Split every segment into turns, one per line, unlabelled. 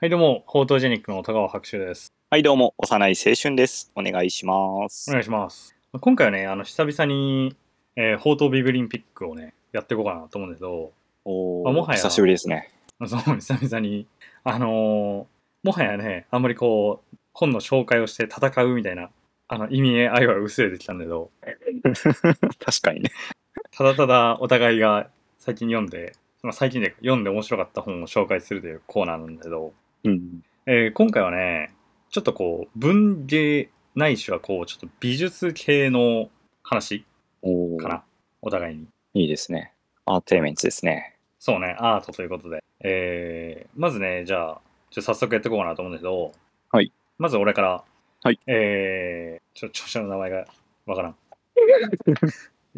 はい、どうも、フォートジェニックの田川白秋です。
はい、どうも、幼い青春です。お願いします
お。願いします。今回はね、あの、久々に、えー、宝刀ビブリンピックをね、やっていこうかなと思うんだけど、
お
あもはや
久しぶりですね。
その久々に、あのーもはやね、あんまりこう、本の紹介をして戦うみたいな、あの、意味合いは薄れてきたんだけど、
確かにね。
ただただお互いが最近読んで、まあ、最近で読んで面白かった本を紹介するというコーナーなんだけど、
うん。
えー今回はね、ちょっとこう、文芸ないしはこう、ちょっと美術系の話
お
か
ー
な、お互いに。
いいですね。アーテイメンツですね。
そうね、アートということで。えー、まずね、じゃあ、ちょっと早速やっていこうかなと思うんだけど、
はい。
まず俺から、
はい。
えー、ちょ、著者の名前がわ からん。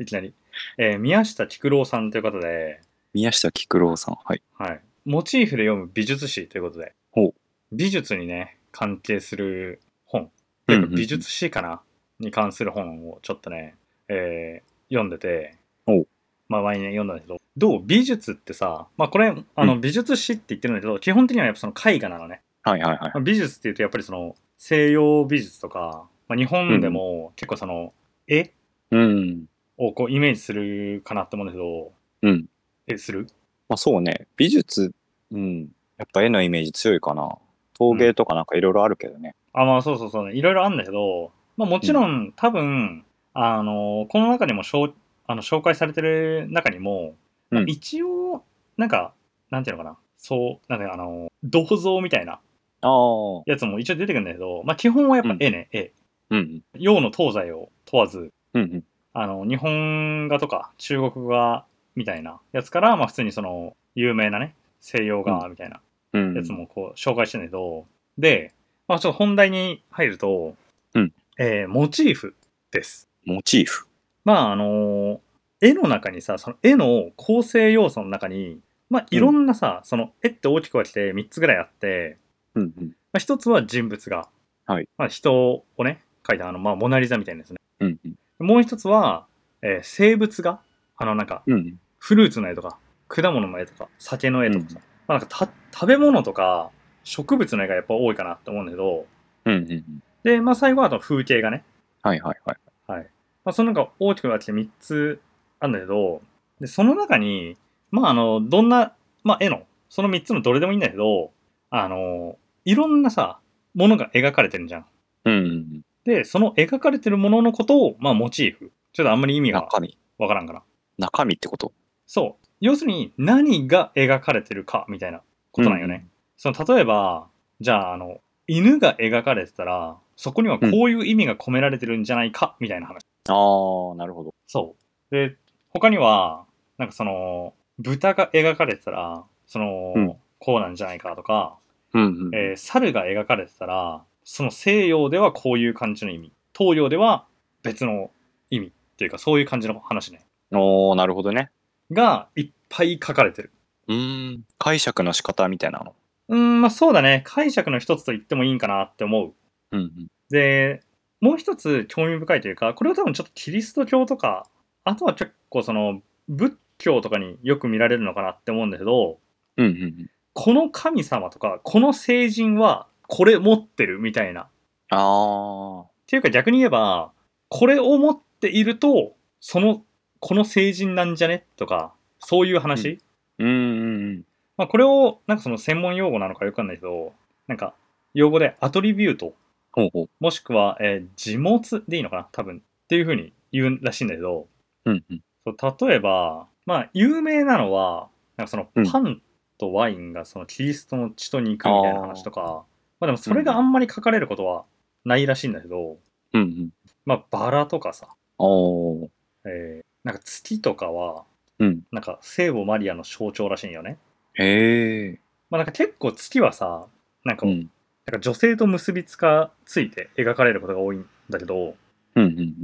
いきなり。えー、宮下菊郎さんということで、
宮下菊郎さん。はい。
はい。モチーフで読む美術史ということで
ほう、
美術にね、関係する本、
うんうんうん
美術史かなに関する本をちょっとね、えー読んでて
ほう、
まあ毎年読んだんだけど、どう美術ってさ、まあこれ、あの、
う
美術史って言ってるんだけど、基本的にはやっぱその絵画なのね。
はいはいはい。
まあ美術っていうとやっぱりその西洋美術とか、まあ日本でも結構その、絵
うん。
をこうイメージするかなって思うんだけど、
うん。
え、する
まあそうね。美術、うん。やっぱ絵のイメージ強いかな。陶芸とかなんかいろいろあるけどね。
あ、まあそうそうそう、ね、いろいろあるんだけど、まあもちろん、多分、あの、この中にもしょうあの紹介されてる中にも、まあ
うん
一応、なんか、なんていうのかな、そう、なんかあの、銅像みたいな
ああ。
やつも一応出てくるんだけど、まあ基本はやっぱ
うん
絵ね、絵。
うん。
洋の東西を問わず、
うんうん。
あの、日本画とか中国画みたいなやつから、まあ普通にその、有名なね、西洋画みたいな
うん。
やつもこう紹介してんだけど、で、まあ、ちょっと本題に入ると、
うん
えーモチーフです。
モチーフ。
まああのー絵の中にさその絵の構成要素の中に、まあ、いろんなさ、その絵って大きく分けて3つぐらいあって、
うんうん。
まあ、1つは人物画、
はい
まあ、人をね描いたあの、まあ、モナ・リザみたいなですね
うんうん。
もう1つは、えー生物画あのなんか
うん。
フルーツの絵とか果物の絵とか酒の絵とかさ、
うん
まあ、なんかた食べ物とか植物の絵がやっぱ多いかなって思うんだけど
うんうんうん。
で、まあ、最後はあと風景がね、
はいはいはい。
はいまあ、その中大きく分けて3つあるんだけどでその中に、まあ、あのどんな、まあ、絵のその3つのどれでもいいんだけどあのいろんなさものが描かれてるじゃん。
うんうん
でその描かれてるもののことを、まあ、モチーフちょっとあんまり意
う
味
ん。
が
中身。
わからんから
中身ってこと
そう要するに何が描かれてるかみたいなことなんよね。
うんうん
その例えばじゃああの犬が描かれてたらそこにはこういう意味が込められてるんじゃないか、みたいな話
ああ、なるほど。
そうで他にはなんかその豚が描かれてたらその、
うん
こうなんじゃないかとか、
うんうん。
えー猿が描かれてたらその西洋ではこういう感じの意味東洋では別の意味っていうかそういう感じの話ね
おー、なるほどね。
がいっぱい書かれてる
うーん。解釈の仕方みたいなの。
うーんまあそうだね解釈の一つと言ってもいいんかなって思う
うんうん。
でもう一つ興味深いというかこれは多分ちょっとキリスト教とかあとは結構その仏教とかによく見られるのかなって思うんだけど
うんうんうん。
この神様とかこの聖人はこれ持ってるみたいなっ
ああ。
ていうか逆に言えばこれを持っているとそのこの聖人なんじゃねとかそういう話、
ううんうんうん。
まあ、これをなんかその専門用語なのかよくわかんないけどなんか用語でアトリビュート
ほうほう。
もしくは、えー、自物でいいのかな多分っていうふうに言うらしいんだけど
うんうん。
そう例えばまあ有名なのはなんかその
うん
パンとワインがそのキリストの血と肉みたいな話とか、まあでもそれがあんまり書かれることはないらしいんだけど、
うんうん。
まあバラとかさ、
おー。
えーなんか月とかは
うん。
なんか聖母マリアの象徴らしいんよね。
へえ。
まあなんか結構月はさなんか,、
う
な
ん。
んか女性と結びつかついて描かれることが多いんだけど、
うんうんうん。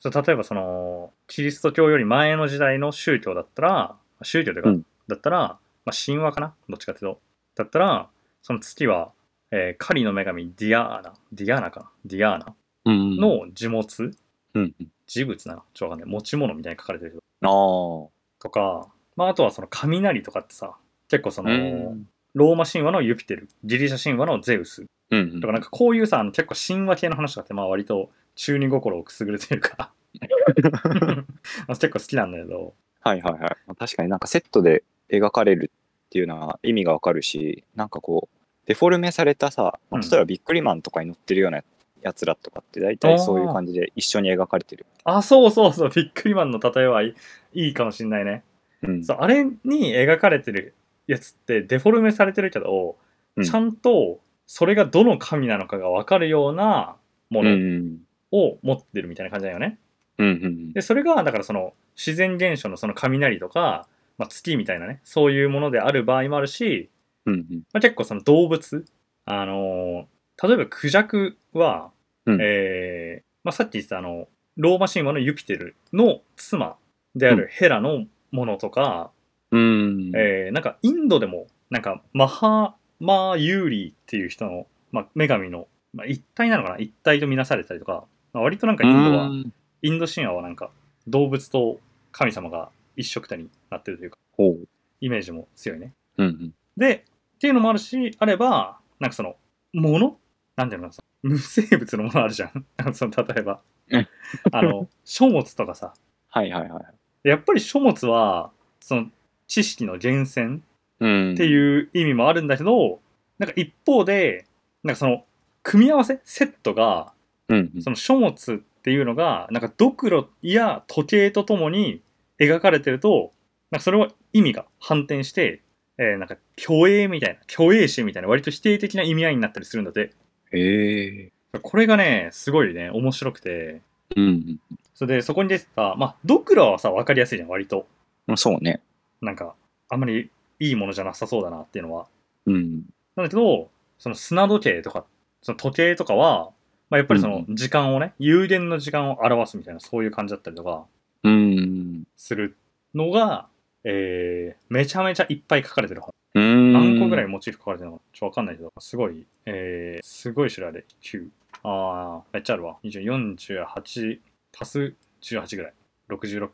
そう例えばそのキリスト教より前の時代の宗教だったら宗教というか、
うん
だったら、まあ、神話かなどっちかというとだったらその月は、えー狩りの女神ディアーナディアーナかなディアーナ
うんうん。、
の樹物、
うんうん。
事物なのちょっとわかんない持ち物みたいに書かれてるけど
ああ。
とか、まあ、あとはその雷とかってさ結構その、
うん。
ローマ神話のユピテル、ギリシャ神話のゼウス。
うんうん。
とか、なんかこういうさ、あの結構神話系の話とかって、まあ割と中二心をくすぐるというか、 あ結構好きなんだけど、
はいはいはい。確かになんかセットで描かれるっていうのは意味がわかるし、なんかこう、デフォルメされたさ、
うん
例えばビックリマンとかに乗ってるようなやつらとかって大体そういう感じで一緒に描かれてる。
あ、そうそうそう、ビックリマンの例えはいいいいかもしんないね。
うん。
そうあれに描かれてるやつってデフォルメされてるけど、
うん
ちゃんとそれがどの神なのかが分かるようなも
うんう
の
ん
を持ってるみたいな感じだよね。
うんうん
でそれがだからその自然現象のその雷とか、まあ、月みたいなねそういうものである場合もあるし、
うんうん
まあ、結構その動物あのー例えばクジャクは、
うん
えーまあ、さっき言ってたあのローマ神話のユピテルの妻であるヘラのものとか、
うん
えーなんかインドでもなんかマハマーユーリーっていう人の、まあ、女神の、まあ、一体なのかな一体とみなされたりとか、まあ割となんかインドは
うん
インド神話はなんか動物と神様が一緒くたになってるというか
ほう
イメージも強いね。
うんうん
でっていうのもあるしあればなんかそのものなんていうのかな無生物のものあるじゃん あのその例えば
うん
あの書物とかさ
はいはいはい。
やっぱり書物はその知識の源泉
うん。
って
う。
いう意味もあるんだけど、なんか一方でなんかその組み合わせセットが
うんうん
その書物っていうのがなんかドクロや時計とともに描かれてるとなんかそれは意味が反転して、えーなんか虚栄みたいな虚栄心みたいな割と否定的な意味合いになったりするんだって
へえ。
これがねすごいね面白くて
うん
それでそこに出てたまあドクロはさ分かりやすいじゃん割と
うん。そうね。
なんかあんまりいいものじゃなさそうだなっていうのは
うん。
なんだけど、その砂時計とか、その時計とかは、まあ、やっぱりその
う
時間をね、有限の時間を表すみたいな、そういう感じだったりとか
うん。
するのが、えー、めちゃめちゃいっぱい書かれてる本。
うん。
何個ぐらいモチーフ書かれてるのか、ちょっとわかんないけど、すごい、えー、すごい調べ、9。あー、めっちゃあるわ。20 48足す18ぐらい。66?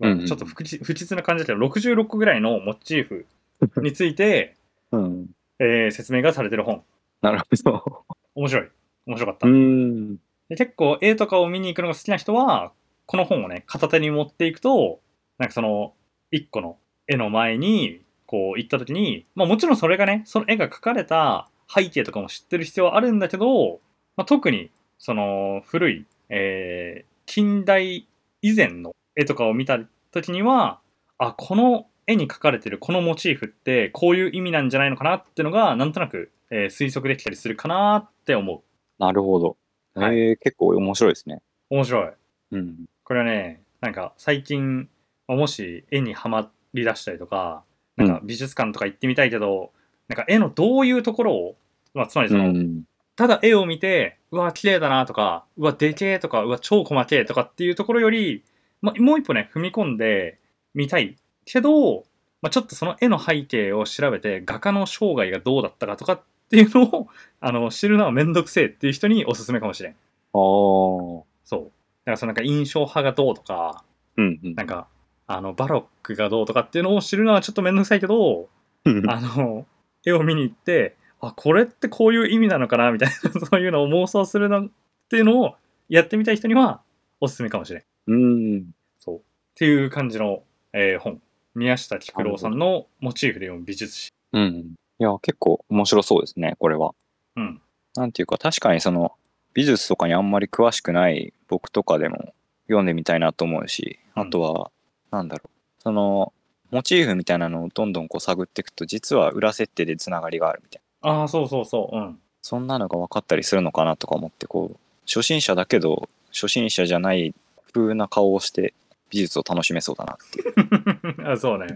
うんうんうん
ちょっと不吉不吉な感じだけど、66個ぐらいのモチーフについて、
うん。
えー、説明がされてる本。
なるほど。
面白い。面白かった。
うん。
で結構絵とかを見に行くのが好きな人は、この本をね、片手に持っていくと、なんかその、一個の絵の前に、こう行った時に、まあもちろんそれがね、その絵が描かれた背景とかも知ってる必要はあるんだけど、まあ、特に、その、古い、えー近代以前の絵とかを見た時には、あ、この絵に描かれてるこのモチーフって、こういう意味なんじゃないのかなってのが、なんとなく、えー推測できたりするかなって思う。
なるほど。
は
ええ、結構面白いですね。
面白い。
うん。
これはねなんか最近まあもし絵にはまりだしたりとかなんか美術館とか行ってみたいけど、なんか絵のどういうところを、まあ、つまりその、
うん
ただ絵を見てうわ綺麗だなとかうわでけえとかうわ超細けえとかっていうところより、まあ、もう一歩ね踏み込んで見たいけど、まあ、ちょっとその絵の背景を調べて画家の生涯がどうだったかとかっていうのをあの知るのはめんどくせえっていう人におすすめかもしれん。
ああ。
そうだからそのなんか印象派がどうとか
うんうん
なんか、あの、バロックがどうとかっていうのを知るのはちょっとめんどくさいけど、あの、絵を見に行って、あ、これってこういう意味なのかなみたいな、 そういうのを妄想するのっていうのをやってみたい人にはおすすめかもしれん。っ
うん。
ていう感じの、えー本。宮下菊郎さんのモチーフで読む美術史。
うん。いや、結構面白そうですね、これは。
うん。
なんていうか、確かにその、美術とかにあんまり詳しくない僕とかでも読んでみたいなと思うし、
うん
あとは、なんだろう。その、モチーフみたいなのをどんどんこう探っていくと、実は裏設定でつながりがあるみたいな。
ああ、そうそうそう。うん。
そんなのが分かったりするのかなとか思って、こう、初心者だけど、初心者じゃない風な顔をして、美術を楽しめそうだな。
あそうね。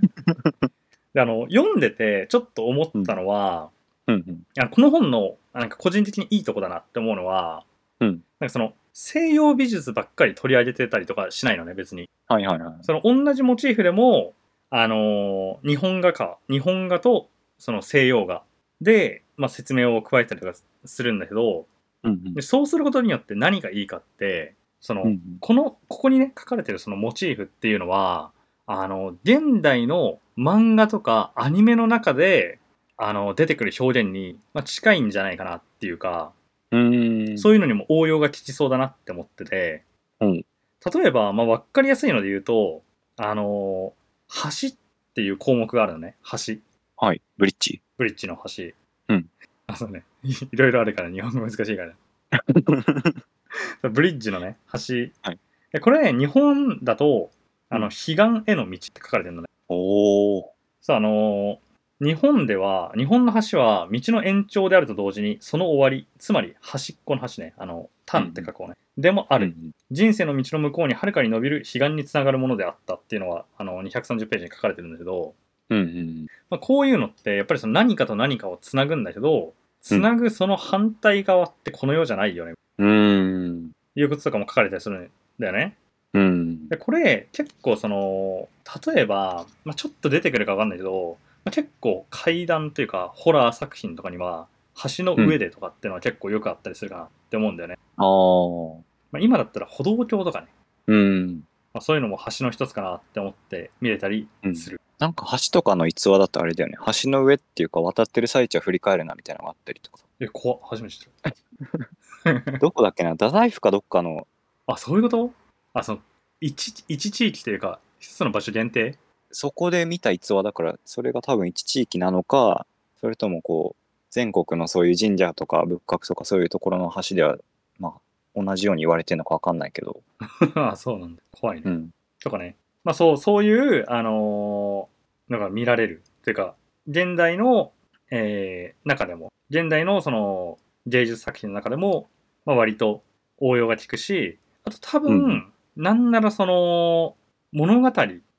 であの、読んでてちょっと思ったのは、
うん
あのこの本のなんか個人的にいいとこだなって思うのは、
うん
なんかその西洋美術ばっかり取り上げてたりとかしないのね別に
うん。はいはいはい。
その同じモチーフでも、あのー日本画か日本画とその西洋画で、まあ、説明を加えたりとかするんだけど
うんうん
でそうすることによって何がいいかってその、
うんうん。
このここにね書かれてるそのモチーフっていうのはあの現代の漫画とかアニメの中でああの出てくる表現に、まあ、近いんじゃないかなっていうか、
うん
そういうのにも応用が利きそうだなって思ってて、
うん
例えば、まあ、分かりやすいので言うとあの橋っていう項目があるのね橋
はい。ブリッジ。
ブリッジの橋
うん
あそうね いろいろあるから日本語難しいからブリッジのね橋、
はい
でこれ日本だとあの
う
彼岸への道って書かれてるのね
おお。
そうあの日本では日本の橋は道の延長であると同時にその終わりつまり端っこの橋ねあの端って書こうね、でもあ
あ
る、。人生の道の向こうにはるかに伸びる彼岸につながるものであったっていうのはあの230ページに書かれてるんだけど、
うんうん。
まあ、こういうのってやっぱりその何かと何かをつなぐんだけどつなぐその反対側ってこの世じゃないよね、
うん。
いうこととかも書かれたりするんだよね。
うん。
でこれ結構その例えば、まあ、ちょっと出てくるか分かんないけど、まあ、結構怪談というかホラー作品とかには橋の上でとかっていうのは結構よくあったりするかなって思うんだよね。
ああ。
まあ、今だったら歩道橋とかね、
うん。
まあ、そういうのも橋の一つかなって思って見れたり
うん
する。
なんか橋とかの逸話だとあれだよね。橋の上っていうか渡ってる最中は振り返るなみたいなのがあったりとか。
え、怖っ、初めて知った。
どこだっけな太宰府かどっかの、
あ、そういうことあ、その、一、一地域というか、一つの場所限定
そこで見た逸話だから、それが多分一地域なのか、それともこう、全国のそういう神社とか仏閣とかそういうところの橋では、まあ、同じように言われてるのかわかんないけど。
あ、そうなんだ。怖いね。
うん。
とかね。まあそう、そういう、あのーのが見られる。というか、現代の、えー中でも、現代のその、芸術作品の中でも、まあ割と応用が利くし、あと多分、
うん
なんならその、物語、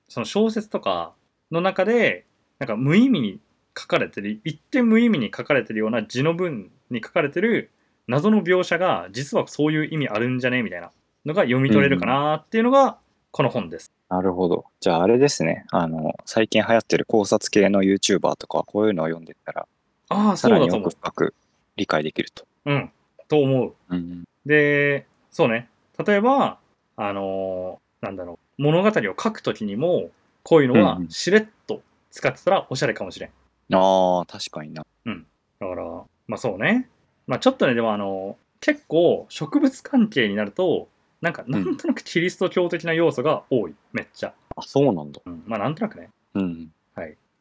その小説とかの中で、なんか無意味に書かれてる、一見無意味に書かれてるような字の文に書かれてる謎の描写が、実はそういう意味あるんじゃねみたいなのが読み取れるかなっていうのが、この本です。
なるほど。じゃああれですね。あの、最近流行ってる考察系の YouTuber とかはこういうのを読んでったら、
ああ、そ
さ
う
ら
だ
に
と
よ
思
く深く理解できると。
う。うん。と思う。
うん。
で、そうね。例えば、あのーなんだろう。物語を書くときにも、こういうのは
うんうん
しれっと使ってたらおしゃれかもしれん。
ああ、確かにな。
だから、まあそうね。まあちょっとね、でもあのー結構植物関係になると、なんかなんとなくキリスト教的な要素が多い。めっちゃ。
あ、そうなんだ。
うん、まあなんとなくね。
うん。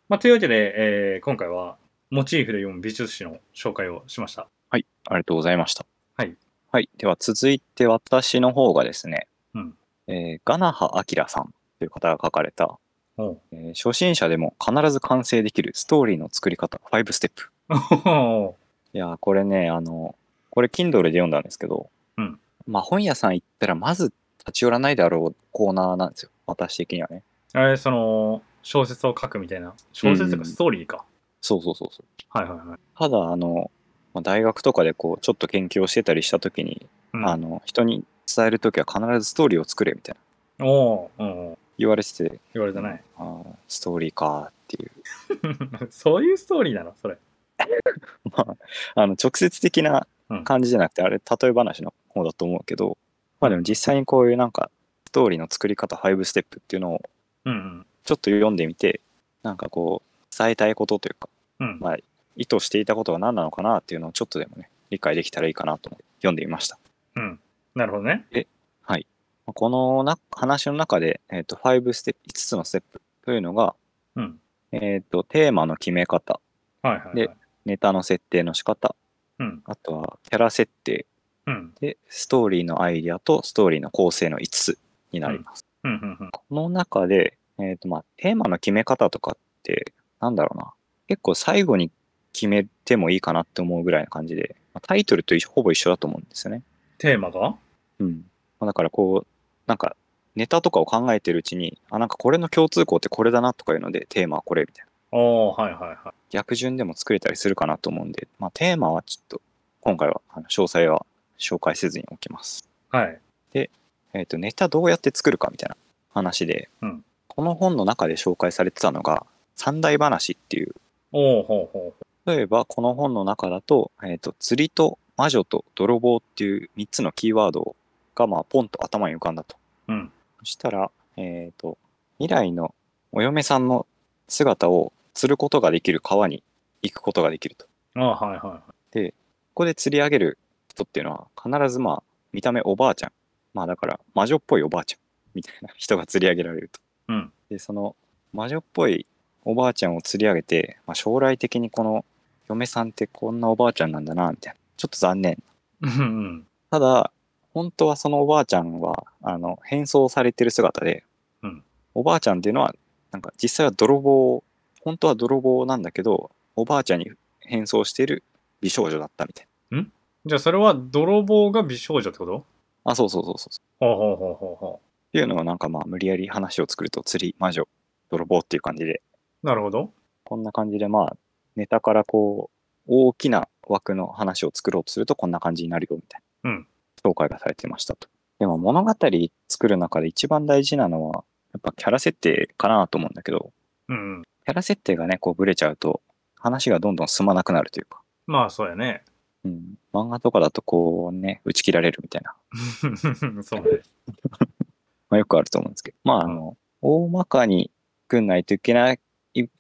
まあというわけで、えー今回はモチーフで読む美術史の紹介をしました。
はい、ありがとうございました。
はい。
はい、では続いて私の方がですね、
うん
えーガナハ・アキラさんという方が書かれた、
おう
えー初心者でも必ず完成できるストーリーの作り方5ステップ。
おう
いやー、これね、あの、これ Kindle で読んだんですけど、
うん
まあ本屋さん行ったらまず立ち寄らないであろうコーナーなんですよ、私的にはね。
えーその小説を書くみたいな小説とか
うん
ストーリーか、
そうそうそうそう。
はいはいはい、
ただ、あの、まあ大学とかでこう、ちょっと研究をしてたりしたときに、
うん、
あの、人に伝えるときは必ずストーリーを作れみたいな
おーうんうん
言われてて、
言われたね
あーストーリーかーっていう、
そういうストーリーなのそれ
まあ、あの直接的な
うん
感じじゃなくて、あれ例え話の方だと思うけど、まあ、でも実際にこういうなんかストーリーの作り方5ステップっていうのを
うん
ちょっと読んでみてなんかこう伝えたいことというか
うんうん、
まあ意図していたことは何なのかなっていうのをちょっとでもね理解できたらいいかなと思って読んでみました、
うん、なるほどね
まあこのな話の中で、えー、と5ステップ5つのステップというのが、
うん
えー、とテーマの決め方
はいはいはい
でネタの設定の仕方
うん
あとはキャラ設定
うん
で、ストーリーのアイディアとストーリーの構成の5つになります。
うんうんうん
この中で、えっ、と、まあ、テーマの決め方とかって、なんだろうな。結構最後に決めてもいいかなって思うぐらいな感じで、まあタイトルと一緒ほぼ一緒だと思うんですよね。
テーマが
うん。まあ、だからこう、なんか、ネタとかを考えてるうちに、あ、なんかこれの共通項ってこれだなとかいうので、テーマはこれみたいな。
おおはいはいは
逆順でも作れたりするかなと思うんで、まあ、テーマはちょっと、今回は、あの詳細は紹介せずにおきます。
いはい
えー、とネタどうやって作るかみたいな話で、
うん
この本の中で紹介されてたのが三大話っていう
おおほうほう
例えばこの本の中だと,、えー、と釣りと魔女と泥棒っていう3つのキーワードがまあポンと頭に浮かんだと
ほううん
そしたら、えー、と未来のお嫁さんの姿を釣ることができる川に行くことができると。
ああ、はいはいはい。
ここで釣り上げる人っていうのは必ずまあ見た目おばあちゃんまあだから魔女っぽいおばあちゃんみたいな人が釣り上げられると。
うん
でその魔女っぽいおばあちゃんを釣り上げて、まあ、将来的にこの嫁さんってこんなおばあちゃんなんだなみたいなちょっと残念
うんうん。
ただ本当はそのおばあちゃんはあの変装されてる姿で、
うん
おばあちゃんっていうのはなんか実際は泥棒本当は泥棒なんだけどおばあちゃんに変装してる美少女だったみたい
じゃあそれは泥棒が美少女ってこと
なあそうそうそうそう
ほうほうほうほうほ
っていうのがなんかまあ無理やり話を作ると釣り魔女泥棒っていう感じで
う。なるほど。
こんな感じでまあネタからこう大きな枠の話を作ろうとするとこんな感じになるよみたいな、
うん
紹介がされてましたとでも物語作る中で一番大事なのはやっぱキャラ設定かなと思うんだけど
うんうん。
キャラ設定がねこうブレちゃうと話がどんどん進まなくなるというか、
まあそうやね。
うん、漫画とかだとこうね打ち切られるみたいな、
そうね。
まあ、よくあると思うんですけどまああの大まかに組んないといけない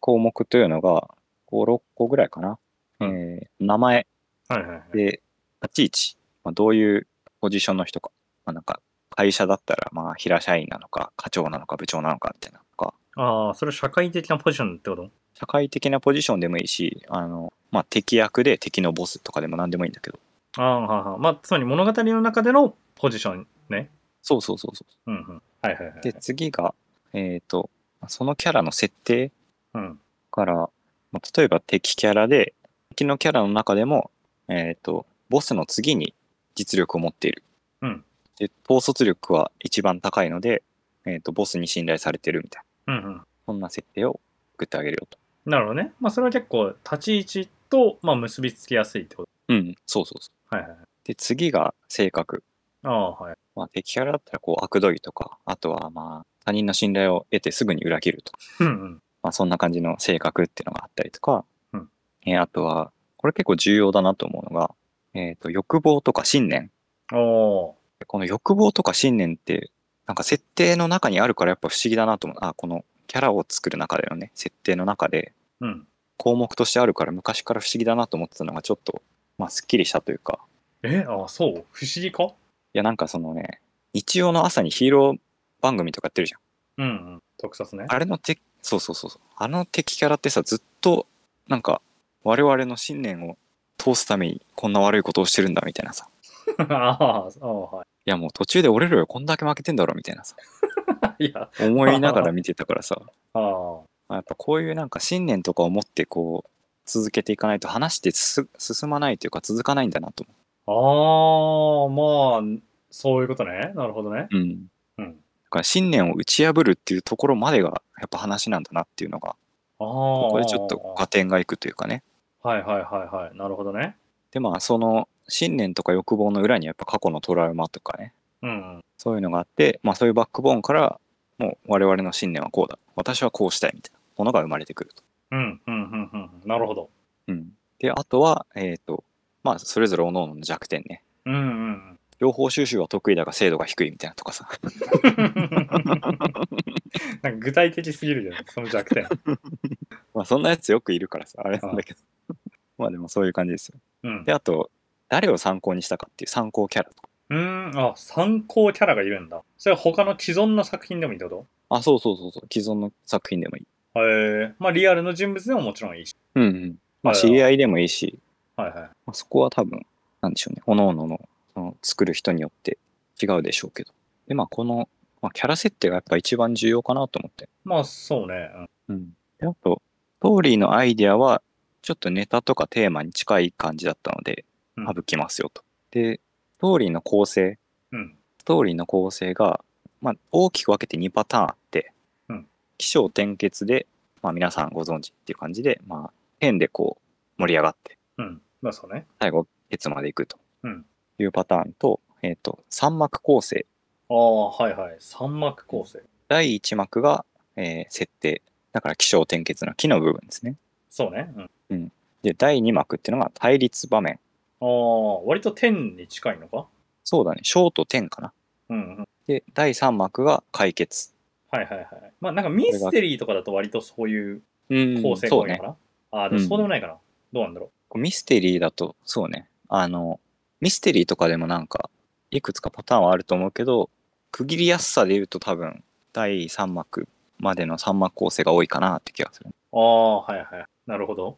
項目というのが56個ぐらいかな、
うん
えー名前
はいはいはい。
で、立ち位置、まあ、どういうポジションの人か、まあ、なんか会社だったら、まあ、平社員なのか、課長なのか、部長なのかみたいなのか、
ああ、それ社会的なポジションってこと
社会的なポジションでもいいし、あのまあ、敵役で敵のボスとかでも何でもいいんだけど、
ああ、はいはい。まあ、つまり物語の中でのポジションね。
そうそうそうそ
うんうん。はいはいは
う。
い。
で、次が、えっ、と、そのキャラの設定
うん。
から、まあ、例えば敵キャラで、敵のキャラの中でも、えっ、と、ボスの次に実力を持っている。
うん
で、統率力は一番高いので、えっ、と、ボスに信頼されてるみたいな。
うんうん。
こんな設定を作ってあげるよと。
なるほどね。まあ、それは結構、立ち位置と、まあ、結びつきやすいってこ
うん、そうそうそう。
と。はいはいはい。
で、次が性格。
ああ、はい。
まあ、敵キャラだったら、こう、悪どいとか、あとは、まあ、他人の信頼を得てすぐに裏切るとか、
うんうん。
まあ、そんな感じの性格っていうのがあったりとか、
うん
えーあとは、これ結構重要だなと思うのが、えっ、と、欲望とか信念。
おー。
この欲望とか信念って、なんか設定の中にあるからやっぱ不思議だなと思う。あ、このキャラを作る中でのね、設定の中で
うん。
項目としてあるから昔から不思議だなと思ってたのがちょっと、まあ、すっきりしたというか、
え、ああ、そう不思議か
いやなんかそのね日曜の朝にヒーロー番組とかやってるじゃん
うんうん。特撮ね。
あれのてそうそうそうそうあの敵キャラってさずっとなんか我々の信念を通すためにこんな悪いことをしてるんだみたいなさ
ああ、はい
やもう途中で折れろよこんだけ負けてんだろみたいなさ
い。 いや、
思いながら見てたからさ
ああ。
まあやっぱこういうなんか信念とかを持ってこう続けていかないと話してす進まないというか続かないんだなと思
ああ、まあ、そういうことね。なるほどね。
う、うん、
うん。
だから信念を打ち破るっていうところまでがやっぱ話なんだなっていうのが
ああ。
こ
こ
こでちょっと合点がいくというかね
はいはいはいはい。なるほどね。
でまあその信念とか欲望の裏にやっぱ過去のトラウマとかね
うんうん。
そういうのがあって、まあ、そういうバックボーンからもう我々の信念はこうだ私はこうしたいみたいなものが生まれてくると。
うんうんうんうん。なるほど。
うん、であとはえっ、とまあそれぞれ各々の弱点ね
うん うん
情報収集は得意だが精度が低いみたいなとかさ
うん。なんか具体的すぎるよね、その弱点。
まあそんなやつよくいるからさあれなんだけどまあでもそういう感じですよ。
うん
で。あと誰を参考にしたかっていう参考キャラとか
うん、あ、参考キャラがいるんだ。それは他の既存の作品でもいいってこ
あそうそうそうそう既存の作品でもいい。
とへえ。まあリアルの人物でももちろんいいし。
うんうん、まあ知り
い。
合いでもいいし
はいはい。
まあ、そこは多分、なんでしょうね、各々のその作る人によって違うでしょうけど。で、まあ、この、まあ、キャラ設定がやっぱ一番重要かなと思って。
まあそうね。
うん。で、あと、ストーリーのアイデアは、ちょっとネタとかテーマに近い感じだったので
うん、
省きますよと。で、ストーリーの構成、
うん。うん。
ストーリーの構成が、まあ、大きく分けて2パターンあって、
うん
起承転結で、まあ、皆さんご存知っていう感じで、まあ、変でこう、盛り上がって、
うん。まあそうね。
最後、ケツまで行くと
うん
いうパターンと、えっ、と、三幕構成。
ああ、はいはい。三幕構成。
第一幕が、えー設定。だから、気象転結の木の部分ですね。
そうね。うん。
で、第二幕っていうのが対立場面。
ああ、割と天に近いのか
そうだね、小と天かな。
うんうん。
で、第三幕が解決。
はいはいはい。まあなんかミステリーとかだと割とそういう
うん
構成が
そう
多いの
ね
か。な。ああ、でもそうでもないかな。どうなんだろ
こうミステリーだと、そうね。あの、ミステリーとかでもなんか、いくつかパターンはあると思うけど、区切りやすさで言うと多分、第3幕までの3幕構成が多いかなって気がする。
う。ああー、はいはい。なるほど。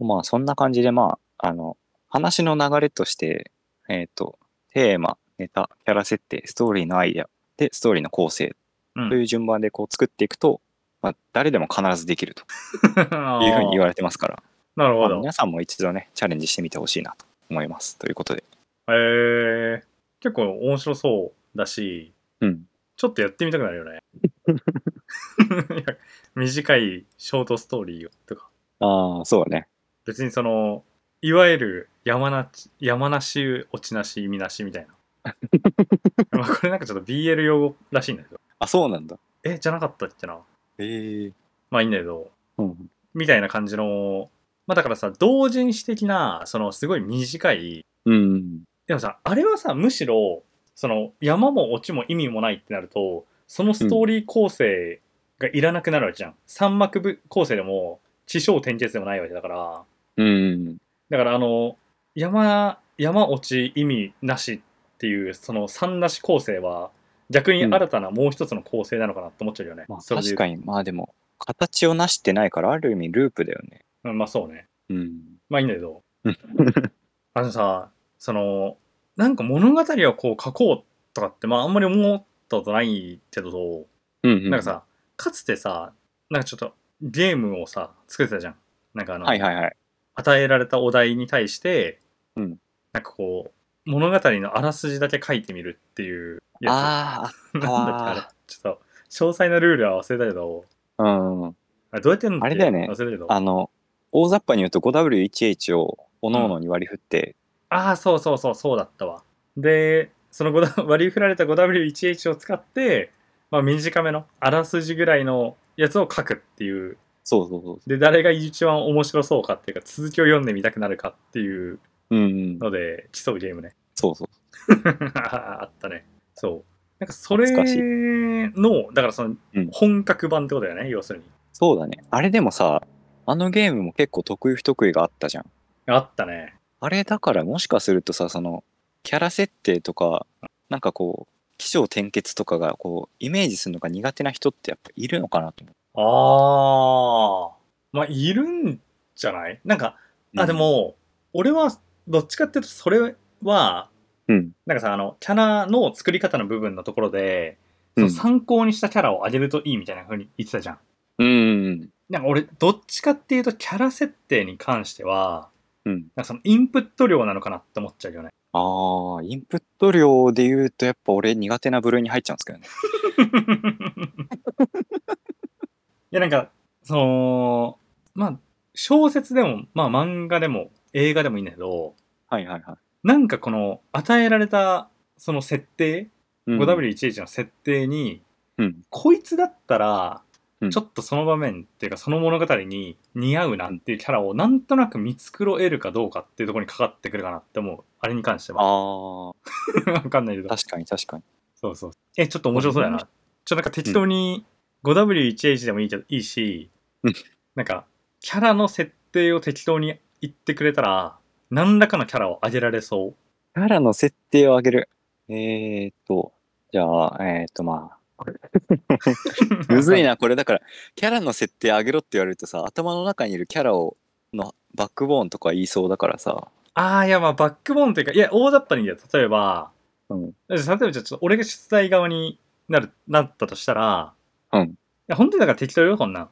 まあ、そんな感じで、まあ、あの、話の流れとして、えっ、と、テーマ、ネタ、キャラ設定、ストーリーのアイデア、で、ストーリーの構成
うん。
という順番でこう作っていくと、まあ、誰でも必ずできると
い
いうふうに言
わ
われてますから、
なる
ま
ほ
あ
ど。
皆さんも一度ね、チャレンジしてみてほしいなと思います。ということで。
へえ結構面白そうだし、
うん。
ちょっとやってみたくなるよ ね。いや短いショートストーリーとか、
ああ、そうね。
別にその、いわゆる山な山梨落ちなしみなしみたいな。まあこれなんかちょっと BL 用語らしいんだけど。
あ、そうなんだ。
え、じゃなかったっけな。
ええ
まあいいんだけど、
うん。
みたいな感じの、まあだからさ、同人誌的な、そのすごい短い
うん。
でもさあれはさむしろその山も落ちも意味もないってなるとそのストーリー構成がいらなくなるわけじゃん、三幕部構成でも地上転結でもないわけだから
うん。
だからあの山山落ち意味なしっていうその三なし構成は逆に新たなもう一つの構成なのかなって思っちゃうよね、
まあ、
それで言
確
う
かに、まあでも、形をなしてないから、ある意味ループだよね。
うんまあそうね
うん。
まあいいんだけど
うん
あのさそのなんか物語をこう書こうとかってまああんまり思ったことないけど
うん
なんか、さ、かつてさ、なんかちょっとゲームをさ、作ってたじゃん。なんかあの、
はいはいはい。
与えられたお題に対して、
うん
なんかこう、物語のあらすじだけ書いてみるっていうや
あ
つ。 なんだっけあれ
あ。
ちょっと、詳細なルールは忘れたけど、
あ、うん。
あれどうやってやるん
あれだよね
忘れたけど。
あの、大雑把に言うと 5W1H をおのおのに割り振って、
ああ、そうそうそう、そうだったわ。で、その5 割り振られた 5W1H を使って、まあ短めの、あらすじぐらいのやつを書くっていう
そうそうそう。
で誰が一番面白そうかっていうか続きを読んでみたくなるかっていう
うん、うん。
ので競うゲームね
そうそう。
あったねそうなんかそれ
懐かしい
のだからその
うん
本格版ってことだよね、要するに
そうだね。あれでもさ、あのゲームも結構得意不得意があったじゃん。
あったね
あれだからもしかするとさそのキャラ設定とかなんかこう起承転結とかがこうイメージするのが苦手な人ってやっぱいるのかなと思
ああまあいるんじゃないなんか
う。
あで、も、俺はどっちかっていうとそれは
うん、
なんかさあのキャラの作り方の部分のところで、
うん
その参考にしたキャラを上げるといいみたいな風に言ってたじゃん
うんうん
なんか俺、どっちかっていうと、キャラ設定に関しては、
うん。
なんかそのインプット量なのかなって思っちゃうよね。
ああ、インプット量で言うとやっぱ俺苦手な部類に入っちゃうんですけどね。
いや、なんか、その、まあ、小説でも、まあ、漫画でも、映画でもいいんだけど、
はいはいはい。
なんかこの、与えられた、その設定、
うん、
5W1H の設定に、
うん。
こいつだったら
う、ん
ちょっとその場面っていうかその物語に似合うなっていうキャラをなんとなく見繕えるかどうかっていうところにかかってくるかなって思う。あれに関しては。
あ
わかんないけ
あ、
ど。
確かに確かに。
そうそう。え、ちょっと面白そうだな。ちょっとなんか適当に 5W1H でもいいけど、いいし
うん、
なんか、キャラの設定を適当に言ってくれたら、何らかのキャラを上げられそう。
キャラの設定を上げる。えー、っと、じゃあ、えー、っとまあ、むずいな、これだから、キャラの設定上げろって言われるとさ、頭の中にいるキャラを、のバックボーンとか言いそうだからさ、
ああ、いや、まあ、バックボーンというか、いや、大雑把に言うと、例えば、
うん、
例えばじゃあ、ちょっと俺が出題側になる、なったとしたら、
うん
いや、本当にだから適当よ、こんなん。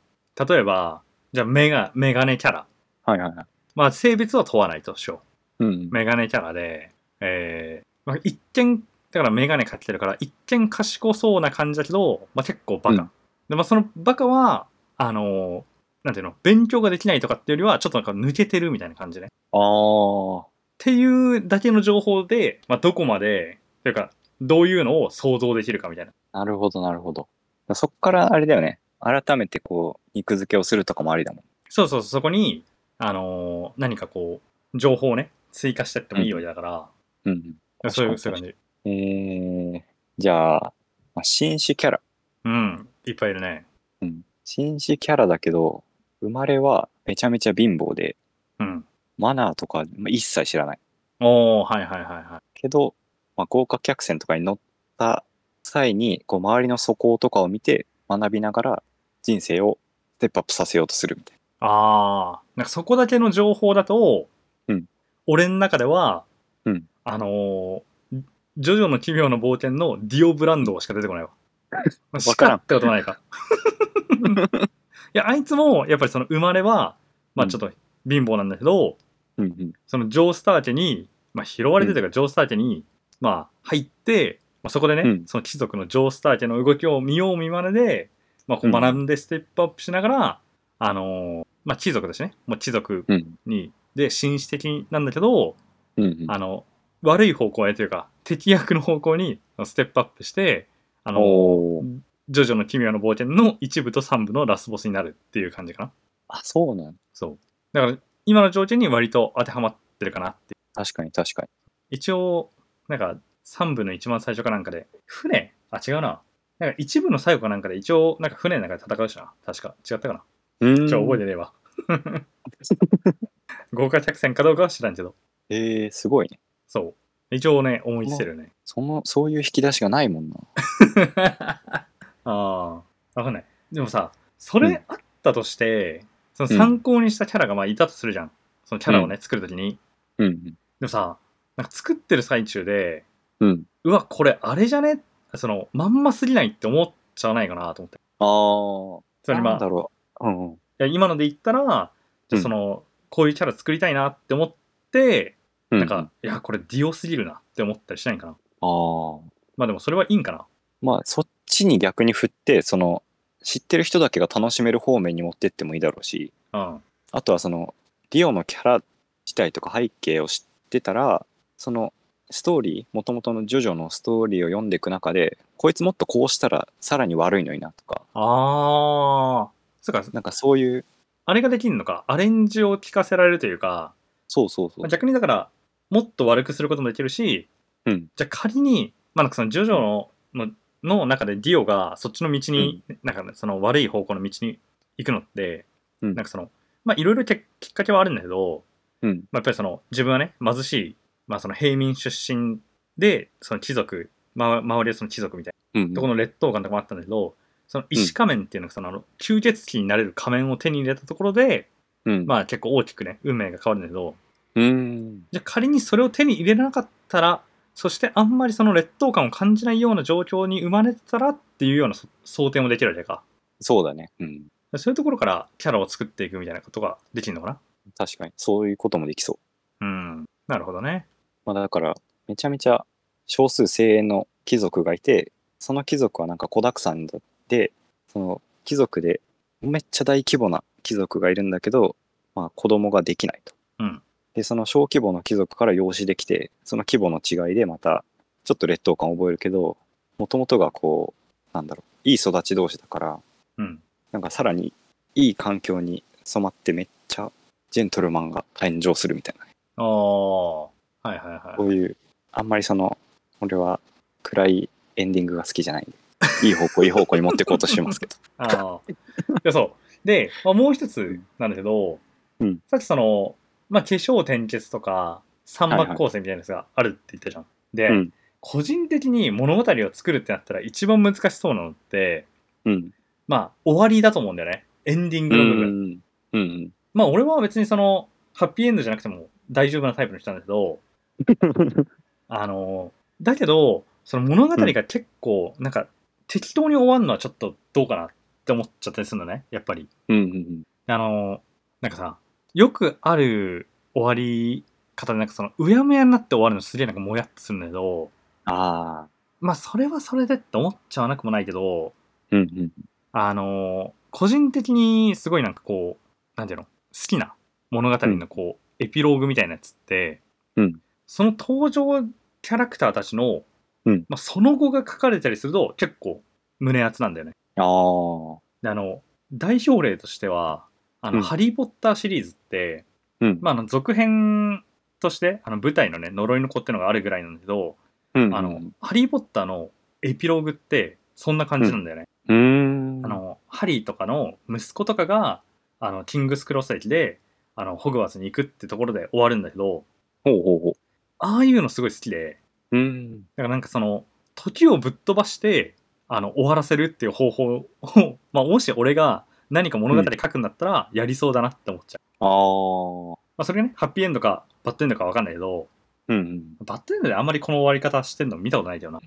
例えば、じゃあ、メガ、メガネキャラ。
はいはいはい。
まあ、性別は問わないとしよ
うん
う。、メガネキャラで、えー、まあ、一見、だからメガネかけてるから、一見賢そうな感じだけど、まあ、結構バカ。
うん
で、まあ、そのバカは、あのーなんていうの、勉強ができないとかっていうよりは、ちょっとなんか抜けてるみたいな感じね。
ああ、
っていうだけの情報で、まあ、どこまでというかどういうのを想像できるかみたいな
なるほどなるほど。そっからあれだよね、改めてこう、肉付けをするとかもありだも
そうそうそうそこに、あのー何かこう情報をね追加してってもいいわけだから、
ん。うん
そういう
確か
そういう感
に
じ
うん、えー、じゃあ、まあ、紳士キャラ。
うんいっぱいいるね
うん。紳士キャラだけど、生まれはめちゃめちゃ貧乏で、
うん。
マナーとかまあ一切知らない。
おー、はいはいはいはい。
けど、まあ、豪華客船とかに乗った際にこう周りの素行とかを見て学びながら人生をステップアップさせようとするみたい
あー、なんかそこだけの情報だと、
うん
俺の中では、
うん
あのージョジョの奇妙な冒険のディオブランドしか出てこ ないわ。し
から
か
ん
ってこと ないか。いや、あいつも、やっぱりその生まれは、まあちょっと貧乏なんだけど、
な。うんうん、
そのジョー・スター家に、まあ、拾われてというか、ジョー・スター家に、まあ、入って、まあ、そこでね、
うん
その貴族のジョー・スター家の動きを見よう見まねで、まあ、こ
う
うん学んでステップアップしながら、あのーまあ、貴族だしね、まあ、貴族
うん
に、で、紳士的なんだけど、
うんうん
あの、悪い方向へというか、敵役の方向にステップアップして、あの、
おー
ジョジョの奇妙な冒険の一部と三部のラスボスになるっていう感じかな。
あそうなん
そう。だから、今の条件に割と当てはまってるかなっていう
確かに確かに。
一応、なんか、3部の一番最初かなんかで、船あ、違うな。なんか一部の最後かなんかで、一応、なんか船の中で戦うしな。確か。違ったかな。
う
ちょ、覚え
て
てねえわ。 豪華客船かどうかは知らんけど。
えー、すごいね。
そう。一応ね、思いつてるね。
そのそういう引き出しがないもんな。
ああ、わかんない。でもさ、それあったとして、その
うん
参考にしたキャラがまあいたとするじゃん。そのキャラをね、作るときに。
うんうん
でもさ、なんか作ってる最中で、
うん、
うわ、これあれじゃねその、まんますぎないって思っちゃわないかなと思って。
あー
つまりま
なんだ
あ、
ろう。うんうん
いや今ので言ったら、じゃあその、こういうキャラ作りたいなって思って、
う
なんか、いや、これディオすぎるなって思ったりしないかな。
ああ
まあでもそれはいいんかな。
まあそっちに逆に振ってその知ってる人だけが楽しめる方面に持ってってもいいだろうし
うん。
あとはそのリオのキャラ自体とか背景を知ってたらそのストーリーもともとのジョジョのストーリーを読んでいく中でこいつもっとこうしたらさらに悪いのになとか
あー。そうか、
なんかそういう
あれができるのか、アレンジを聞かせられるというか、
そうそうそう
まあ逆にだから、もっと悪くすることもできるし、
うん
じゃあ仮に、まあ、なんかそのジョジョののの中でディオがそっちの道に、なんかねその悪い方向の道に行くのって、
うん
なんかその、まあいろいろけきっかけはあるんだけど、
うん
まあ、やっぱりその自分はね、貧しい、まあその平民出身で、その貴族、ま、周りはその貴族みたい
うんうん
なところの劣等感とかもあったんだけど、その石仮面っていうのがそのあの吸血鬼になれる仮面を手に入れたところで、
うん
まあ結構大きくね、運命が変わるんだけど、
うん
じゃあ仮にそれを手に入れなかったら、そしてあんまりその劣等感を感じないような状況に生まれてたらっていうようなそ想定もできるわけか。
そうだねうん
そういうところからキャラを作っていくみたいなことができるのか
確かにそういうこともできそう
なうん。なるほどね。
まあ、だからめちゃめちゃ少数精鋭の貴族がいてその貴族はなんか子だくさんでその貴族でめっちゃ大規模な貴族がいるんだけど、まあ、子供ができないと。
うん
でその小規模の貴族から養子できてその規模の違いでまたちょっと劣等感を覚えるけどもともとがこうなんだろういい育ち同士だから
うん。
なんかさらにいい環境に染まってめっちゃジェントルマンが誕生するみたいな。
ああ。はいはいは
こういう、あんまりその、俺は暗いエンディングが好きじゃないんで、いい方向、いい方向に持っていこうとしてますけど。
い。あ あ。いやそう。で、まあ、もう一つなんだけど、
うん
さっきその、まあ、化粧転結とか、三幕構成みたいなやつがあるって言ったじゃん。で、
うん。
個人的に物語を作るってなったら一番難しそうなのって、
うん。
まあ、終わりだと思うんだよね。エンディン
う
グの部分。
ん。うん。
まあ、俺は別にその、ハッピーエンドじゃなくても大丈夫なタイプの人なんだけど、あの、だけど、その物語が結構、なんか、適当に終わるのはちょっとどうかなって思っちゃったりするのね、やっぱり。
うん。
あの、なんかさ、よくある終わり方で、なんかその、うやむやになって終わるのすげえなんかもやっとするんだけど、
ああ。
まあ、それはそれでって思っちゃわなくもないけど、
うん。
あの個人的にすごいなんかこう、なんていうの、好きな物語のこう、エピローグみたいなやつって、
うん
その登場キャラクターたちの、
うん
まあ、その後が書かれたりすると結構胸熱なんだよね。
ああ。
であの、代表例としては、あの、
うん
ハリー・ポッターシリーズって、
うん。
まあ、あの、続編として、あの、舞台のね、呪いの子ってのがあるぐらいなんだけど、
うん。
あの、ハリー・ポッターのエピローグって、そんな感じなんだよね。
うん。
あのハリーとかの息子とかがあのキングスクロス駅であの、ホグワーツに行くってところで終わるんだけど、
ほうほうほ
ああいうのすごい好きで、
う。うん。
だからなんかその、時をぶっ飛ばして、あの、終わらせるっていう方法を、 まあ、もし俺が何か物語書くんだったら、やりそうだなって思っちゃう。
ああ。
まあ、それがね、ハッピーエンドか、バッドエンドかわかんないけど、
うんうん。
バッドエンドであんまりこの終わり方してんの見たことないけどな。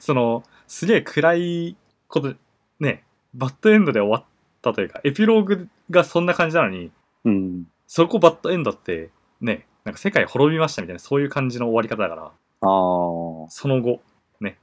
その、すげえ暗いこと、ね、バッドエンドで終わったというか、エピローグがそんな感じなのに、
うん。
そこバッドエンドって、ね、なんか世界滅びましたみたいな、そういう感じの終わり方だから、
ああ。
その後、ね。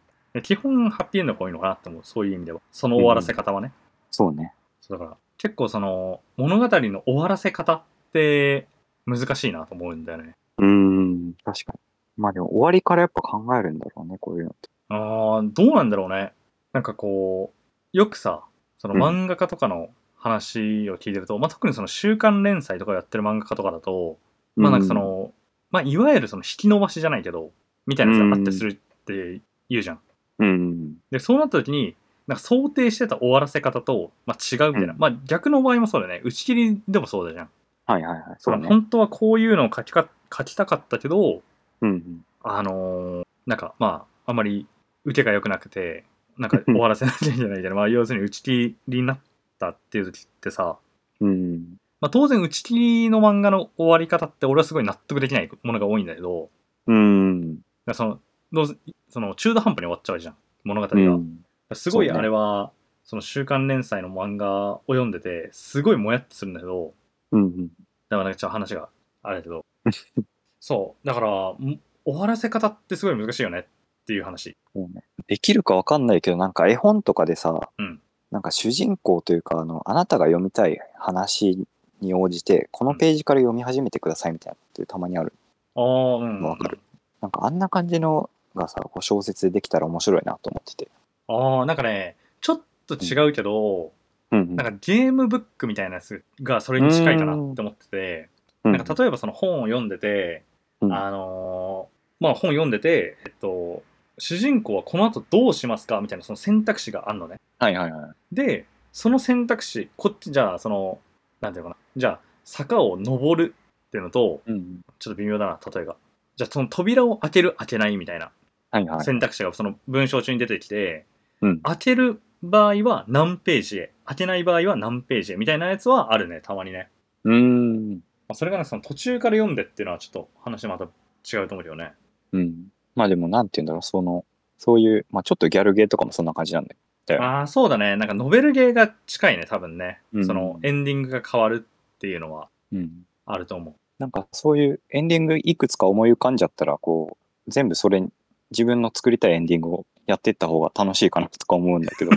基本、ハッピーエンドが多いのかなって思う、そういう意味では。その終わらせ方はね。
そうね。
そうだから、結構その、物語の終わらせ方って難しいなと思うんだよね。
うん。確かに。まあでも終わりからやっぱ考えるんだろうね、こういうのって。
ああ、どうなんだろうね。なんかこう、よくさ、その
うん
漫画家とかの話を聞いてると、まあ、特にその週刊連載とかやってる漫画家とかだと、まあなんかその、まあいわゆるその引き伸ばしじゃないけど、みたいなやつがあってするって言うじゃん。
うん。うん。
で、そうなった時に、なんか想定してた終わらせ方と、まあ、違うみたいな。
うん
まあ逆の場合もそうだよね。打ち切りでもそうだじゃん。
はいはいはい。そう
まあ
ね。
本当はこういうのを書きか書きたかったけど、
うんうん。
あのーなんかまああまり受けが良くなくてなんか終わらせなきゃいけないみたいな まあ要するに打ち切りになったっていう時ってさ、
うん。
まあ、当然打ち切りの漫画の終わり方って俺はすごい納得できないものが多いんだけど
う
だ
ん。
からそのどうせその中途半端に終わっちゃうじゃん物語が、
う
だか
ん
らすごい
そうね
あれはそ,、の週刊連載の漫画を読んでてすごいもやっとするんだけど
うん。
だからなんかちょっと話があれだけ どそうだからん終わらせ方ってすごい難しいよねっていう話
そうね。できるかわかんないけど、なんか絵本とかでさ、
うん
なんか主人公というか、あの、あなたが読みたい話に応じて、このページから読み始めてくださいみたいなのってたまにある。
ああうん
わかるなんかあんな感じのがさ、こう小説でできたら面白いなと思ってて。
ああ、なんかね、ちょっと違うけど、
うんうん。
なんかゲームブックみたいなやつがそれに近いかなって思ってて、
うん
なんか例えばその本を読んでて、
うん
あのーまあ本読んでて、えっと、主人公はこの後どうしますかみたいなその選択肢があるのね。
はいはいはい。
で、その選択肢、こっち、じゃあその、なんていうのかな、じゃあ坂を登るっていうのと、
うん。
ちょっと微妙だな、例えが。じゃあその扉を開ける、開けないみたいな
はいはい。
選択肢がその文章中に出てきて、
うん。
当てる場合は何ページへ当てない場合は何ページへみたいなやつはあるねたまにね、
うーん。
まあ、それがねその途中から読んでっていうのはちょっと話また違うと思うけどね
うん。まあでも、なんて言うんだろう、その、そういう、まあちょっとギャルゲーとかもそんな感じなんだよ。
ああそうだねなんかノベルゲーが近いね多分ね、
うん
そのエンディングが変わるっていうのは
うん。
あると思う
なんかそういうエンディングいくつか思い浮かんじゃったら、こう、全部それに、自分の作りたいエンディングをやっていった方が楽しいかなとか思うんだ けど。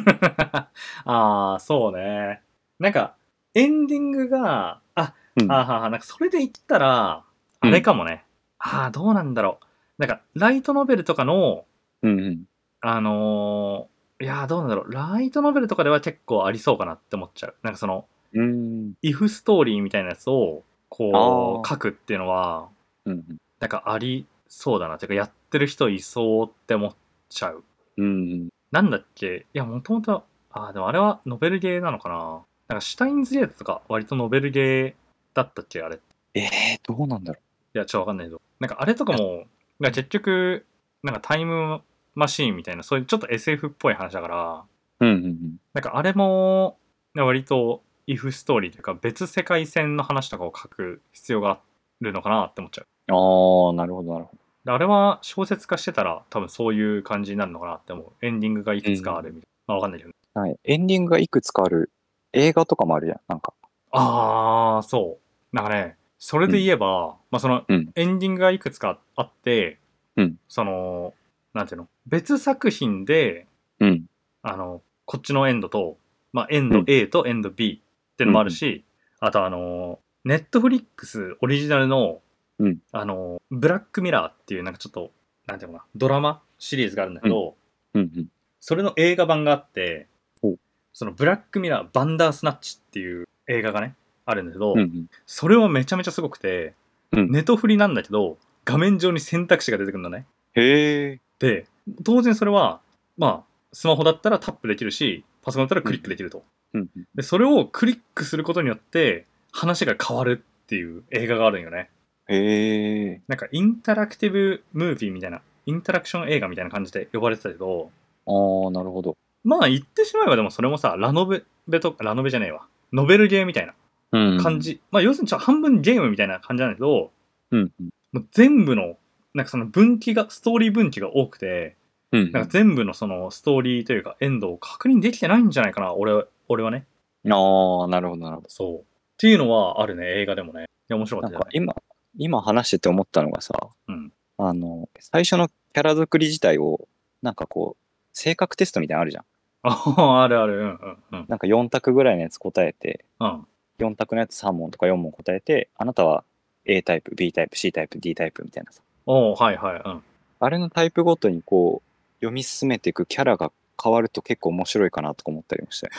ああそうねなんかエンディングがあ、
うん
あーはーはーなんかそれで言ったらあれかもね、ああどうなんだろうなんかライトノベルとかの
うんうん。
あのーいやーどうなんだろうライトノベルとかでは結構ありそうかなって思っちゃうなんかその
うーん。
イフストーリーみたいなやつをこ
あ
う
ー
書くっていうのは
うん
なんかありそうだなていうかやってる人いそうって思っちゃう
うん。うん
なんだっけいやもともとあーでもあれはノベルゲーなのかななんかシュタインズゲートとか割とノベルゲーだったっけあれい
ええー、どうなんだろ
やちょっとわかんないけどなんかあれとかもなんか結局なんかタイムマシーンみたいなそういうちょっと SF っぽい話だから
う。うんうんうん。
なんかあれも割とイフストーリーというか別世界線の話とかを書く必要があるのかなって思っちゃう。
ああ、なるほど、なるほど。
であれは小説化してたら多分そういう感じになるのかなって思う。エンディングがいくつかあるみたいな。まあわかんないけどね。
はい。エンディングがいくつかある映画とかもあるじゃん。なんか。
ああ、そう。なんかね、それで言えば、まあその
うん
エンディングがいくつかあって、
うん
その、なんていうの、別作品で、
うん。
あの、こっちのエンドと、まあ、エンド A とエンド B っていうのもあるし、あとあの、ネットフリックスオリジナルの、
うん
あの、ブラックミラーっていうなんかちょっと、なんていうのかな、ドラマシリーズがあるんだけど、
うんうん。
それの映画版があって
ほう、
そのブラックミラーバンダースナッチっていう映画がね、あるんだけど、
うんうん。
それはめちゃめちゃすごくて、
うん
ネトフリなんだけど、画面上に選択肢が出てくるのね。
へえ。
で当然それはまあスマホだったらタップできるしパソコンだったらクリックできると、
うんうん。
でそれをクリックすることによって話が変わるっていう映画があるんよね。
へえ
なんかインタラクティブムービーみたいな、インタラクション映画みたいな感じで呼ばれてたけど、
ああなるほど
まあ言ってしまえばでもそれもさ、ラノベとか、ラノベじゃねえわ。ノベルゲーみたいな
うん
感じ。まあ要するにちょっと半分ゲームみたいな感じなんだけど、
うん
もう全部の、なんかその分岐が、ストーリー分岐が多くて、
うん
なんか全部のそのストーリーというかエンドを確認できてないんじゃないかな、俺は、俺はね。
ああなるほどなるほど
そう。っていうのはあるね、映画でもね。いや、面白か
な
っ
ん
た
か
よね。
今今話してて思ったのがさ、
うん
あの最初のキャラ作り自体をなんかこう性格テストみたいなのあるじゃん
ああるある、うんうんうん。
なんか4択ぐらいのやつ答えて
うん。
4択のやつ3問とか4問答えてあなたは A タイプ B タイプ C タイプ D タイプみたいなさ
おうはいはい、うん。
あれのタイプごとにこう読み進めていくキャラが変わると結構面白いかなとか思ったりもして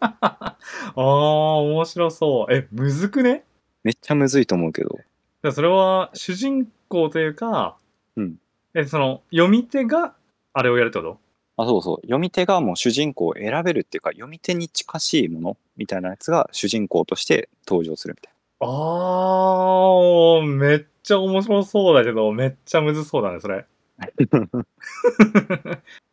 ああ、面白そう。え、むずくね
めっちゃむずいと思うけど
じゃあそれは主人公というか、
うん
え、その、読み手があれをやるってこと
あそうそう読み手がもう主人公を選べるっていうか読み手に近しいものみたいなやつが主人公として登場するみたい
ああ、めっちゃ面白そうだけど、めっちゃむずそうだね、そ れ。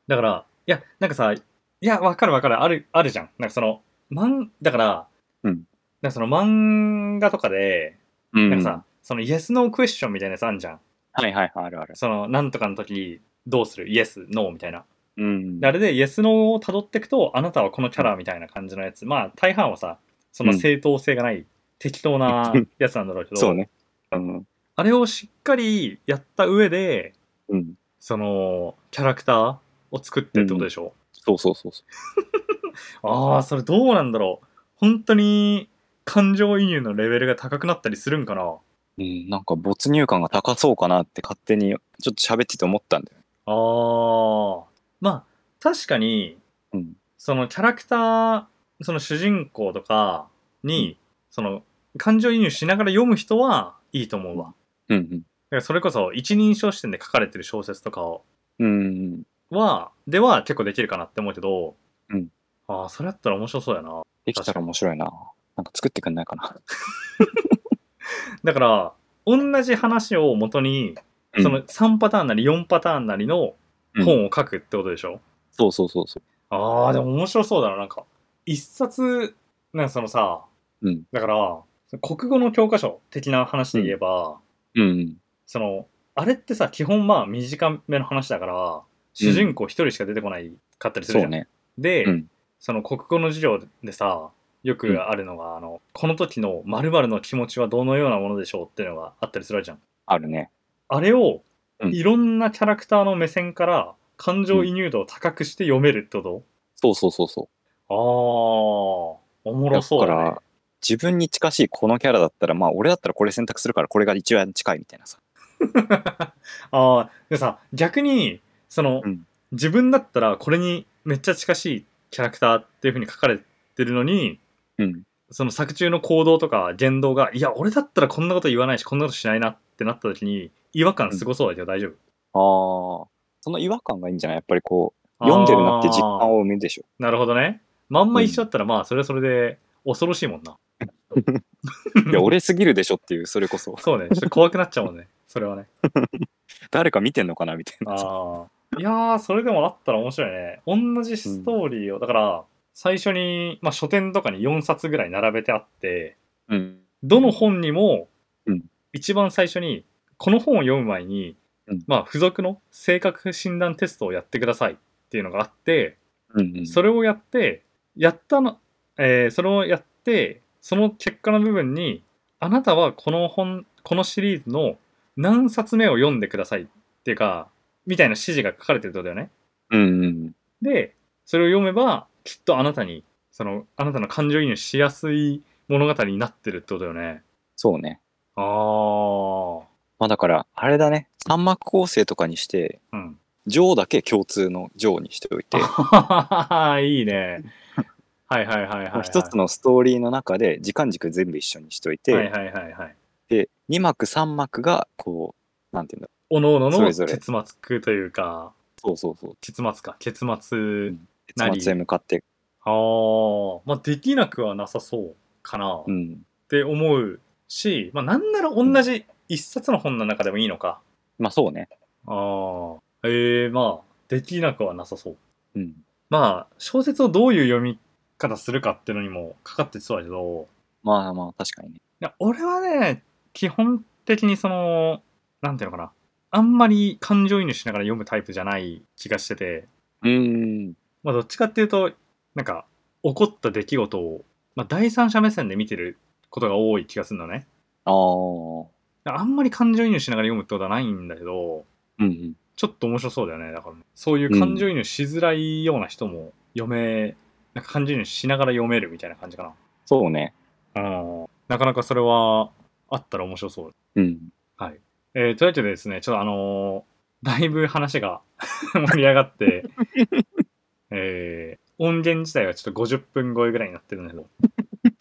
だから、いや、なんかさ、いや、わかるわかる、ある、あるじゃん。なんかその、まん、だから、
うん
なんかその漫画とかで、
な。
なんかさ、その、イエス・ノー・クエスチョンみたいなやつあんじゃん。
はいはいはい、あるある。
その、なんとかの時、どうするイエス、ノーみたいな。
うん
であれで、イエス・ノーを辿っていくと、あなたはこのキャラみたいな感じのやつ。まあ、大半はさ、そんな正当性がない、適当なやつなんだろうけど、
そうね。うん。
あれをしっかりやった上で、
うん。
その、キャラクターを作ってってことでしょ、
そうそうそうそう。
ああ、それどうなんだろう。本当に、感情移入のレベルが高くなったりするんかな
うん、なんか没入感が高そうかなって勝手にちょっと喋ってて思ったんだよ。
ああ、まあ、確かに、
うん。
そのキャラクター、その主人公とかに、その、感情移入しながら読む人はいいと思うわ。だ
うん
からそれこそ、一人称視点で書かれてる小説とかを
うん。うん。
は、では結構できるかなって思うけど、
うん。
ああ、それやったら面白そうやな。
できたら面白いな。なんか作ってくんないかな。
だから、同じ話を元に、その3パターンなり4パターンなりの
うん
本を書くってことでしょ、
そうそうそうそう。
ああ、でも面白そうだな、なんか。一冊、なんかそのさ、
うん。
だから、国語の教科書的な話で言えば、
うん。
その、あれってさ、基本まあ短めの話だから、主人公一人しか出てこないかったりする
そ
じゃ。
うんね。
で、
うん
その国語の授業でさよくあるのが、あのこの時の〇〇の気持ちはどのようなものでしょうっていうのがあったりするわけじゃん
あるね。
あれを、
うん
いろんなキャラクターの目線から感情移入度を高くして読めるってこ
そうそうそうそ
と、ああおも
う。
ろそうだ
だか
ね
ら、自分に近しいこのキャラだったら、まあ俺だったらこれ選択するからこれが一番近いみたいなさ。
ああでさ逆にその、
うん
自分だったらこれにめっちゃ近しいキャラクターっていうふうに書かれてるのに
うん。
その作中の行動とか言動が、いや、俺だったらこんなこと言わないし、こんなことしないなってなった時に、違和感すごそうだけど大丈夫。
ああ。その違和感がいいんじゃないやっぱりこう、読んでるなって実
あ
感
ー
を生むでしょ。
なるほどね。まんま一緒だったら、まあ、それはそれで恐ろしいもんな。
いや、俺すぎるでしょっていう、それこ そ。
そうね。ちょっと怖くなっちゃうもんね。 それはね。
誰か見てんのかなみたいなさ。
ああ。いやー、それでもあったら面白いね。同じストーリーを、だから、最初に、まあ、書店とかに4冊ぐらい並べてあって、
うん。
どの本にも
うん、
一番最初に、この本を読む前に、
うん
まあ、付属の性格診断テストをやってくださいっていうのがあって、
うんうん、
それをやって、やったの、えーそれをやって、その結果の部分に、あなたはこの本、このシリーズの何冊目を読んでくださいっていうか、みたいな指示が書かれてるってことだよね。
うんうん。
で、それを読めば、きっとあなたに、その、あなたの感情移入しやすい物語になってるってことだよね。
そうね。
ああ。
まあだから、あれだね。三幕構成とかにして、
うん。
上だけ共通の上にしておい て、
いいね。はいはいはいはい、はい。
一つのストーリーの中で時間軸全部一緒にしておいて、
はいはいはいはい。
で、二幕三幕が、こう、なんていうんだ
おのおの
そ
の
れぞれ
結末というか、
そうそうそう。
結末か、結末。
ん結末へ向かって、
ああ、まあできなくはなさそう。かなっ
うん。
て思うし、まあ、なんなら同じ一冊の本の中でもいいのか。
まあそうね。
ああ、ええまあ、できなくはなさそう。
うん。
まあ、小説をどういう読み方するかってのにもかかってきそうだけど、
まあまあ確かにね。
いや俺はね、基本的にその、なんていうのかな。あんまり感情移入しながら読むタイプじゃない気がしてて、
うん。
まあ、どっちかっていうと、なんか、起こった出来事を、まあ、第三者目線で見てることが多い気がするのね。
ああ。うん
あんまり感情移入しながら読むってことはないんだけど、
うん。
ちょっと面白そうだよね。だから、そういう感情移入しづらいような人も読め、なんか感情移入しながら読めるみたいな感じか
そうね。
な。うん。なかなかそれは、あったら面白そう。
うん。
えー、というわけでですね、ちょっとあのーだいぶ話が 盛り上がって、えー、音源自体はちょっと50分超えぐらいになってるんだけど、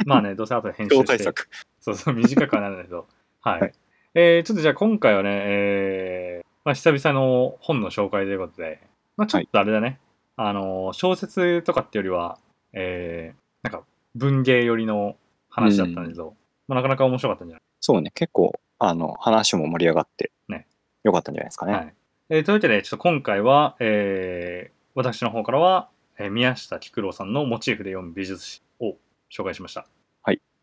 まあね、どうせ後で編集
超
して。
対策。
そうそう、短くはなるんだけど。はい。
はい
えー、ちょっとじゃあ今回はね、えー、まあ久々の本の紹介ということで、まあちょっとあれだね、あのー、小説とかってよりは、えー、なんか文芸寄りの話だったんだけど、まあなかなか面白かったんじゃない
そうね。結構、あの、話も盛り上がって、
ね
よかったんじゃないですかね。
はいえー、というわけで、ちょっと今回は、えー、私の方からは、えー宮下菊郎さんのモチーフで読む美術史を紹介しました。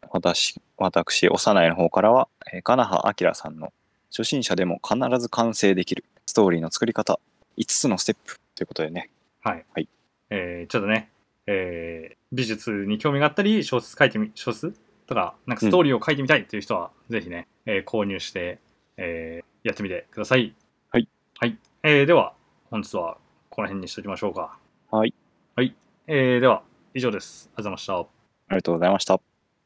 私、私、幼いの方からは、えー金葉明さんの初心者でも必ず完成できるストーリーの作り方、5つのステップということでね。
はい。
はい
えーちょっとね、えー美術に興味があったり、小説書いてみ、小説とか、なんかストーリーを書いてみたいっていう人は、ぜひね、えー購入して、えーやってみてください。
はい。
はい。えーでは、本日はこの辺にしときましょうか。
はい。
はい。えーでは、以上です。ありがとうございました。
ありがとうございました。